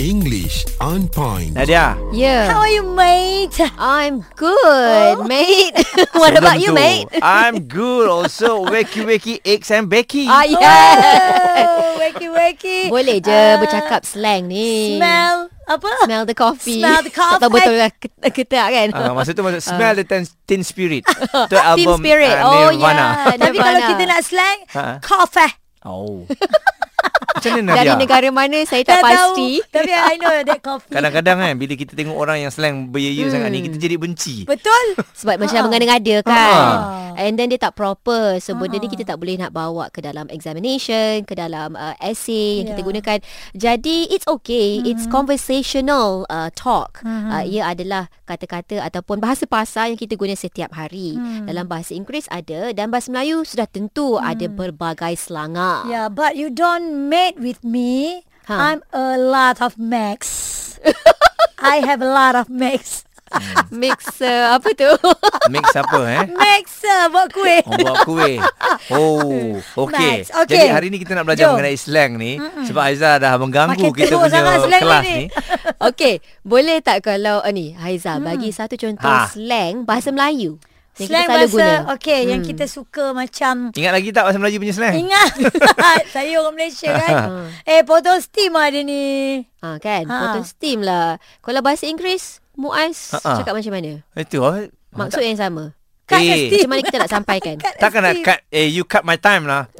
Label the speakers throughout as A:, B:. A: English on point.
B: Nadia.
C: Yeah.
D: How are you, mate?
C: Oh, I'm good,
D: Oh.
C: mate. what
B: sebelum
C: about you,
B: tu,
C: mate?
B: I'm good also. Wakey wakey eggs and Becky.
C: Ah,
D: ya.
C: yeah.
D: Oh, wakey wakey.
C: Boleh je
D: Ah,
C: bercakap slang ni.
D: Smell apa?
C: Smell the coffee.
D: Smell the coffee.
C: Tak tahu betul lah ke- ketak kan.
B: Ah, masa tu masa Smell the Teen, teen Spirit. Tu album
C: Spirit.
B: ah,
C: Oh,
B: Nirvana.
C: yeah.
D: Tapi
C: Nirvana.
D: kalau kita nak slang, eh.
B: Ha.
D: coffee.
B: Oh. Macam mana
C: Dari
B: Nadia?
C: negara mana saya tak pasti.
D: Tahu, tapi I know that coffee.
B: Kadang-kadang kan bila kita tengok orang yang slang beraya hmm. sangat ni kita jadi benci.
D: Betul?
C: Sebab
D: Ah.
C: macam mengada-ngada kan. And then dia tak proper. So benda
D: Ah.
C: ni kita tak boleh nak bawa ke dalam examination, ke dalam uh, essay yang kita
D: Yeah.
C: gunakan. Jadi it's okay.
D: Hmm.
C: It's conversational uh, talk. Uh, ia adalah kata-kata ataupun bahasa pasar yang kita guna setiap hari.
D: Hmm.
C: Dalam bahasa Inggeris ada dan bahasa Melayu sudah tentu ada berbagai selanga.
D: Yeah, Ya, but you don't mate with me.
C: Ha.
D: I'm a lot of max. I have a lot of max.
C: Mixer uh, apa tu?
B: Mix apa eh?
D: Maxer buat kuih.
B: Oh, buat kuih. Oh, okey.
D: Nice. Okey.
B: Jadi hari ni kita nak belajar
D: Jom.
B: mengenai slang ni mm sebab Aizah dah mengganggu
D: Makin
B: kita
D: teruk
B: punya
D: sangat slang
B: kelas
D: ni.
B: ni.
C: Okey, boleh tak kalau uh, ni Haiza hmm. bagi satu contoh
B: Ha.
C: ha. slang bahasa Melayu yang
D: Slang
C: kita selalu
D: bahasa,
C: guna. Hmm.
D: okay, yang kita suka macam
B: Ingat lagi tak bahasa Melayu punya slang?
D: Ingat Saya orang Malaysia kan
C: Ah.
D: Eh potong steam ada ni
C: Ha kan,
D: Ha.
C: ha. potong steam lah. Kalau bahasa Inggeris, Muaz
B: Ha-ha.
C: cakap macam mana?
B: Itu. ah,
C: Maksud yang sama.
D: Cut the
B: Eh.
D: steam
C: Macam mana kita nak sampaikan?
D: Cut the
B: Takkan nak
D: steam.
B: cut Eh you cut my time lah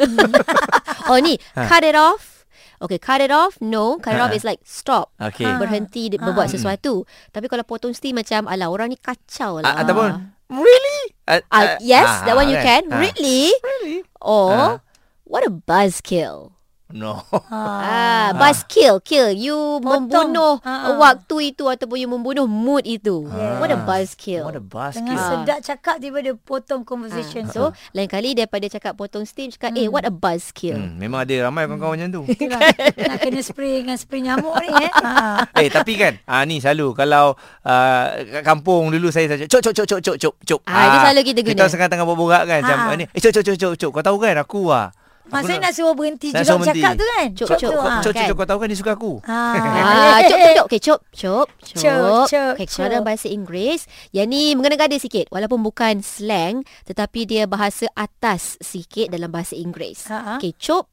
C: Oh ni,
B: Ah.
C: cut it off. Okay, cut it off. No, cut it off
B: Ha.
C: is like stop.
B: Okay Mm.
C: Ha. Berhenti
D: Ah.
C: ha. berbuat sesuatu. Tapi kalau potong steam macam ala orang ni kacau lah.
B: Ah, Ataupun Really Ah,
C: Ah,
B: ah,
C: yes, that one you
B: right.
C: can.
B: Ah.
C: Really?
B: Really
C: Or what a buzzkill.
B: No
C: Ah, buzz kill, kill. You
D: Potong.
C: membunuh
D: Ah.
C: waktu itu ataupun you membunuh mood itu. What a buzz kill.
B: Ah. What a
D: Tengah
B: basket
C: Ah.
D: sedap cakap Tiba dia potong conversation
C: So lain kali daripada cakap potong steam Cakap eh what a buzzkill
B: hmm, Memang ada ramai kawan-kawan macam tu
D: tu lah. Nak kena spray dengan spray nyamuk ni eh ha.
B: Eh tapi kan ah, Ni selalu Kalau ah, Kat kampung dulu saya saja Cuk cuk cuk cuk cuk cuk cuk
C: Ah, itu selalu kita guna.
B: Kita sekarang tengah borak kan macam,
D: Ah.
B: ah. ni, Eh cuk cuk cuk cuk cuk Kau tahu kan aku lah Aku
C: Ah,
D: Maksudnya nak suruh berhenti
B: nak
D: juga
B: suruh
D: cakap
B: berhenti.
D: tu kan
C: Cuk,
B: Kau-
C: cuk,
D: tu,
B: kau-
D: ha.
B: Cuk cuk
C: kan?
B: cuk Kau tahu kan dia suka aku
D: Ha.
C: Ah, cop, cop, cop. Okay, cop, cop,
D: Cop,
C: cop.
D: cop,
C: Okay,
D: cop.
C: kalau dalam bahasa Inggeris, yang ni mengena-gada sikit. Walaupun bukan slang, tetapi dia bahasa atas sikit dalam bahasa Inggeris.
D: Ha, ha.
C: Okay, cop.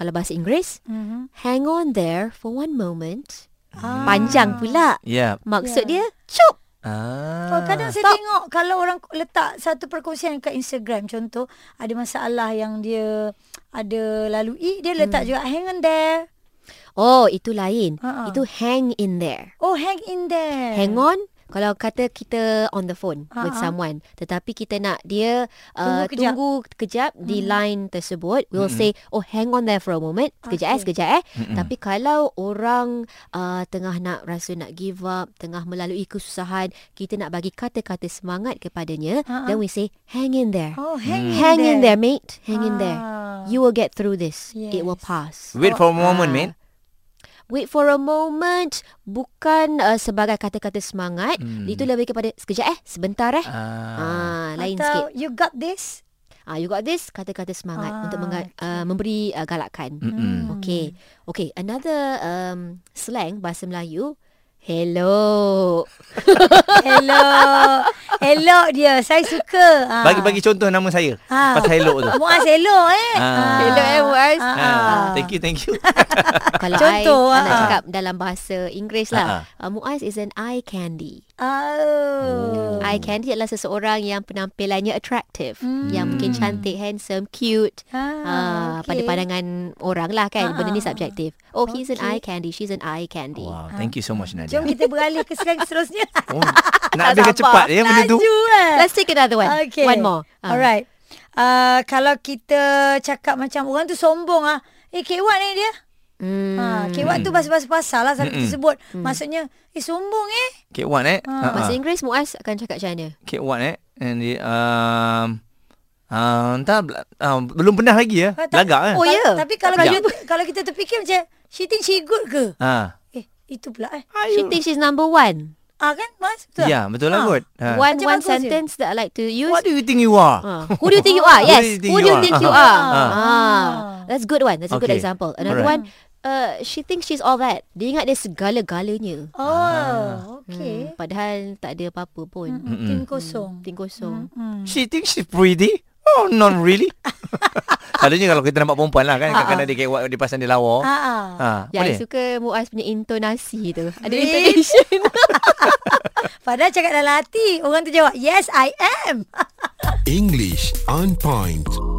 C: Kalau bahasa Inggeris,
D: Mhm.
C: hang on there for one moment.
D: Ah.
C: Panjang pula.
B: Ya
C: Maksud
D: Yeah.
C: dia, cop.
B: Ah.
D: Oh, kadang saya tengok kalau orang letak satu perkongsian kat Instagram contoh ada masalah yang dia ada lalui dia
C: Hmm.
D: letak juga hang on there.
C: Oh, itu lain.
D: Ha, ha.
C: Itu hang in there.
D: Oh hang in there.
C: Hang on kalau kata kita on the phone uh-huh. with
D: Ha-ha.
C: someone tetapi kita nak dia uh,
D: Ha, Tunggu kejap.
C: tunggu kejap hmm. di line tersebut we'll hmm. say oh hang on there for a moment sekejap okay. eh
D: Okay.
C: sekejap eh hmm. tapi kalau orang uh, tengah nak rasa nak give up tengah melalui kesusahan kita nak bagi kata-kata semangat kepadanya
D: Ha-ha.
C: then we say hang in there
D: Oh Ha,
C: Hmm.
D: hang in
C: hang
D: there.
C: in there mate hang in there
D: Ah.
C: you will get through this it will
D: Yes.
C: pass
B: Wait for a moment
C: Ah.
B: mate
C: Wait for a moment bukan uh, sebagai kata-kata semangat, hmm. itu lebih kepada sekejap eh, sebentar eh.
B: Ah.
C: Ah, lain sikit.
D: Atau you got this.
C: Ah, you got this kata-kata semangat
D: Ah,
C: untuk menga- uh, memberi uh, galakan.
B: Mm-mm.
C: Okay. Okay, another um, slang bahasa Melayu Hello.
D: Hello. Hello dia. Saya suka.
C: Ah.
D: Ha.
B: Bagi bagi contoh nama saya
D: Ah.
B: Pasal hello tu
D: Muaz hello eh.
B: Ah.
D: Ah.
C: Hello, eh, Muaz.
D: Ah.
B: Ah, Thank you thank you
C: Kalau I, I
D: Contoh,
C: nak
D: ah.
C: cakap dalam bahasa
B: Ah.
C: Inggeris lah. Uh, Muaz is an eye candy.
D: Oh.
C: Eye candy adalah seseorang yang penampilannya attractive,
D: Hmm.
C: yang mungkin cantik, handsome, cute.
D: Ah,
C: Ah,
D: okay. Ah,
C: pada pandangan orang lah kan. Benda ni subjektif. Oh, he's an
D: Okay.
C: eye candy, she's an eye candy.
B: Wow thank you so much Nadia
D: Jom kita beralih ke slang seterusnya.
B: Oh, nak habiskan
C: sabar.
B: cepat ya benda tu
D: Laju eh.
C: Let's take another one.
D: Okay.
C: One more. Ah.
D: Alright. Uh, kalau kita cakap macam orang tu sombong ah. Eh kewat ni dia.
C: Hmm.
D: Ha, kewat tu bahasa-bahasa pasal lah
B: Hmm,
D: selalu disebut. Maksudnya eh sombong eh.
B: Cake one eh Ah, ah.
C: Bahasa Inggeris Muaz akan cakap macam mana?
B: Cake one eh And the um, um, tak, um, Belum pernah lagi ya
D: Ah, tak-
B: Lagak kan
C: Oh,
D: Kal-
C: ya?
D: Tapi kalau
B: Tak
D: kita, kalau kita terfikir macam she think she good ke?
B: Ha.
D: Eh itu pula eh.
C: She thinks she's number one.
D: Ah kan Mas? Betul. tak?
B: Ya betul lah
D: Ah.
B: kot ha.
C: One
D: Macam
C: one
D: bagus je.
C: sentence that I like to use.
B: What do you think you are?
C: Ah. Who do you think you are?
B: Who
C: Yes. Who do you think you are?
B: Ah.
C: Ah. That's good one. That's a good
B: Okay.
C: example. Another
B: Alright.
C: one. uh, she thinks she's all that. Dia ingat dia segala-galanya.
D: Oh, okay.
C: Hmm, padahal tak ada apa-apa pun.
D: Mm. Tim kosong. Hmm.
C: Ting kosong.
B: She think she's pretty. Oh, not really. Selalunya kalau kita nampak perempuan lah kan,
C: Ah,
B: kadang-kadang dia kewak, dia pasang dia lawa.
D: Ah, ah.
B: Ha,
C: Ya, Yang
B: boleh?
C: suka Muaz punya intonasi tu. Ada
D: Really?
C: intonation.
D: Padahal cakap dalam hati, orang tu jawab, yes, I am.
A: English on point.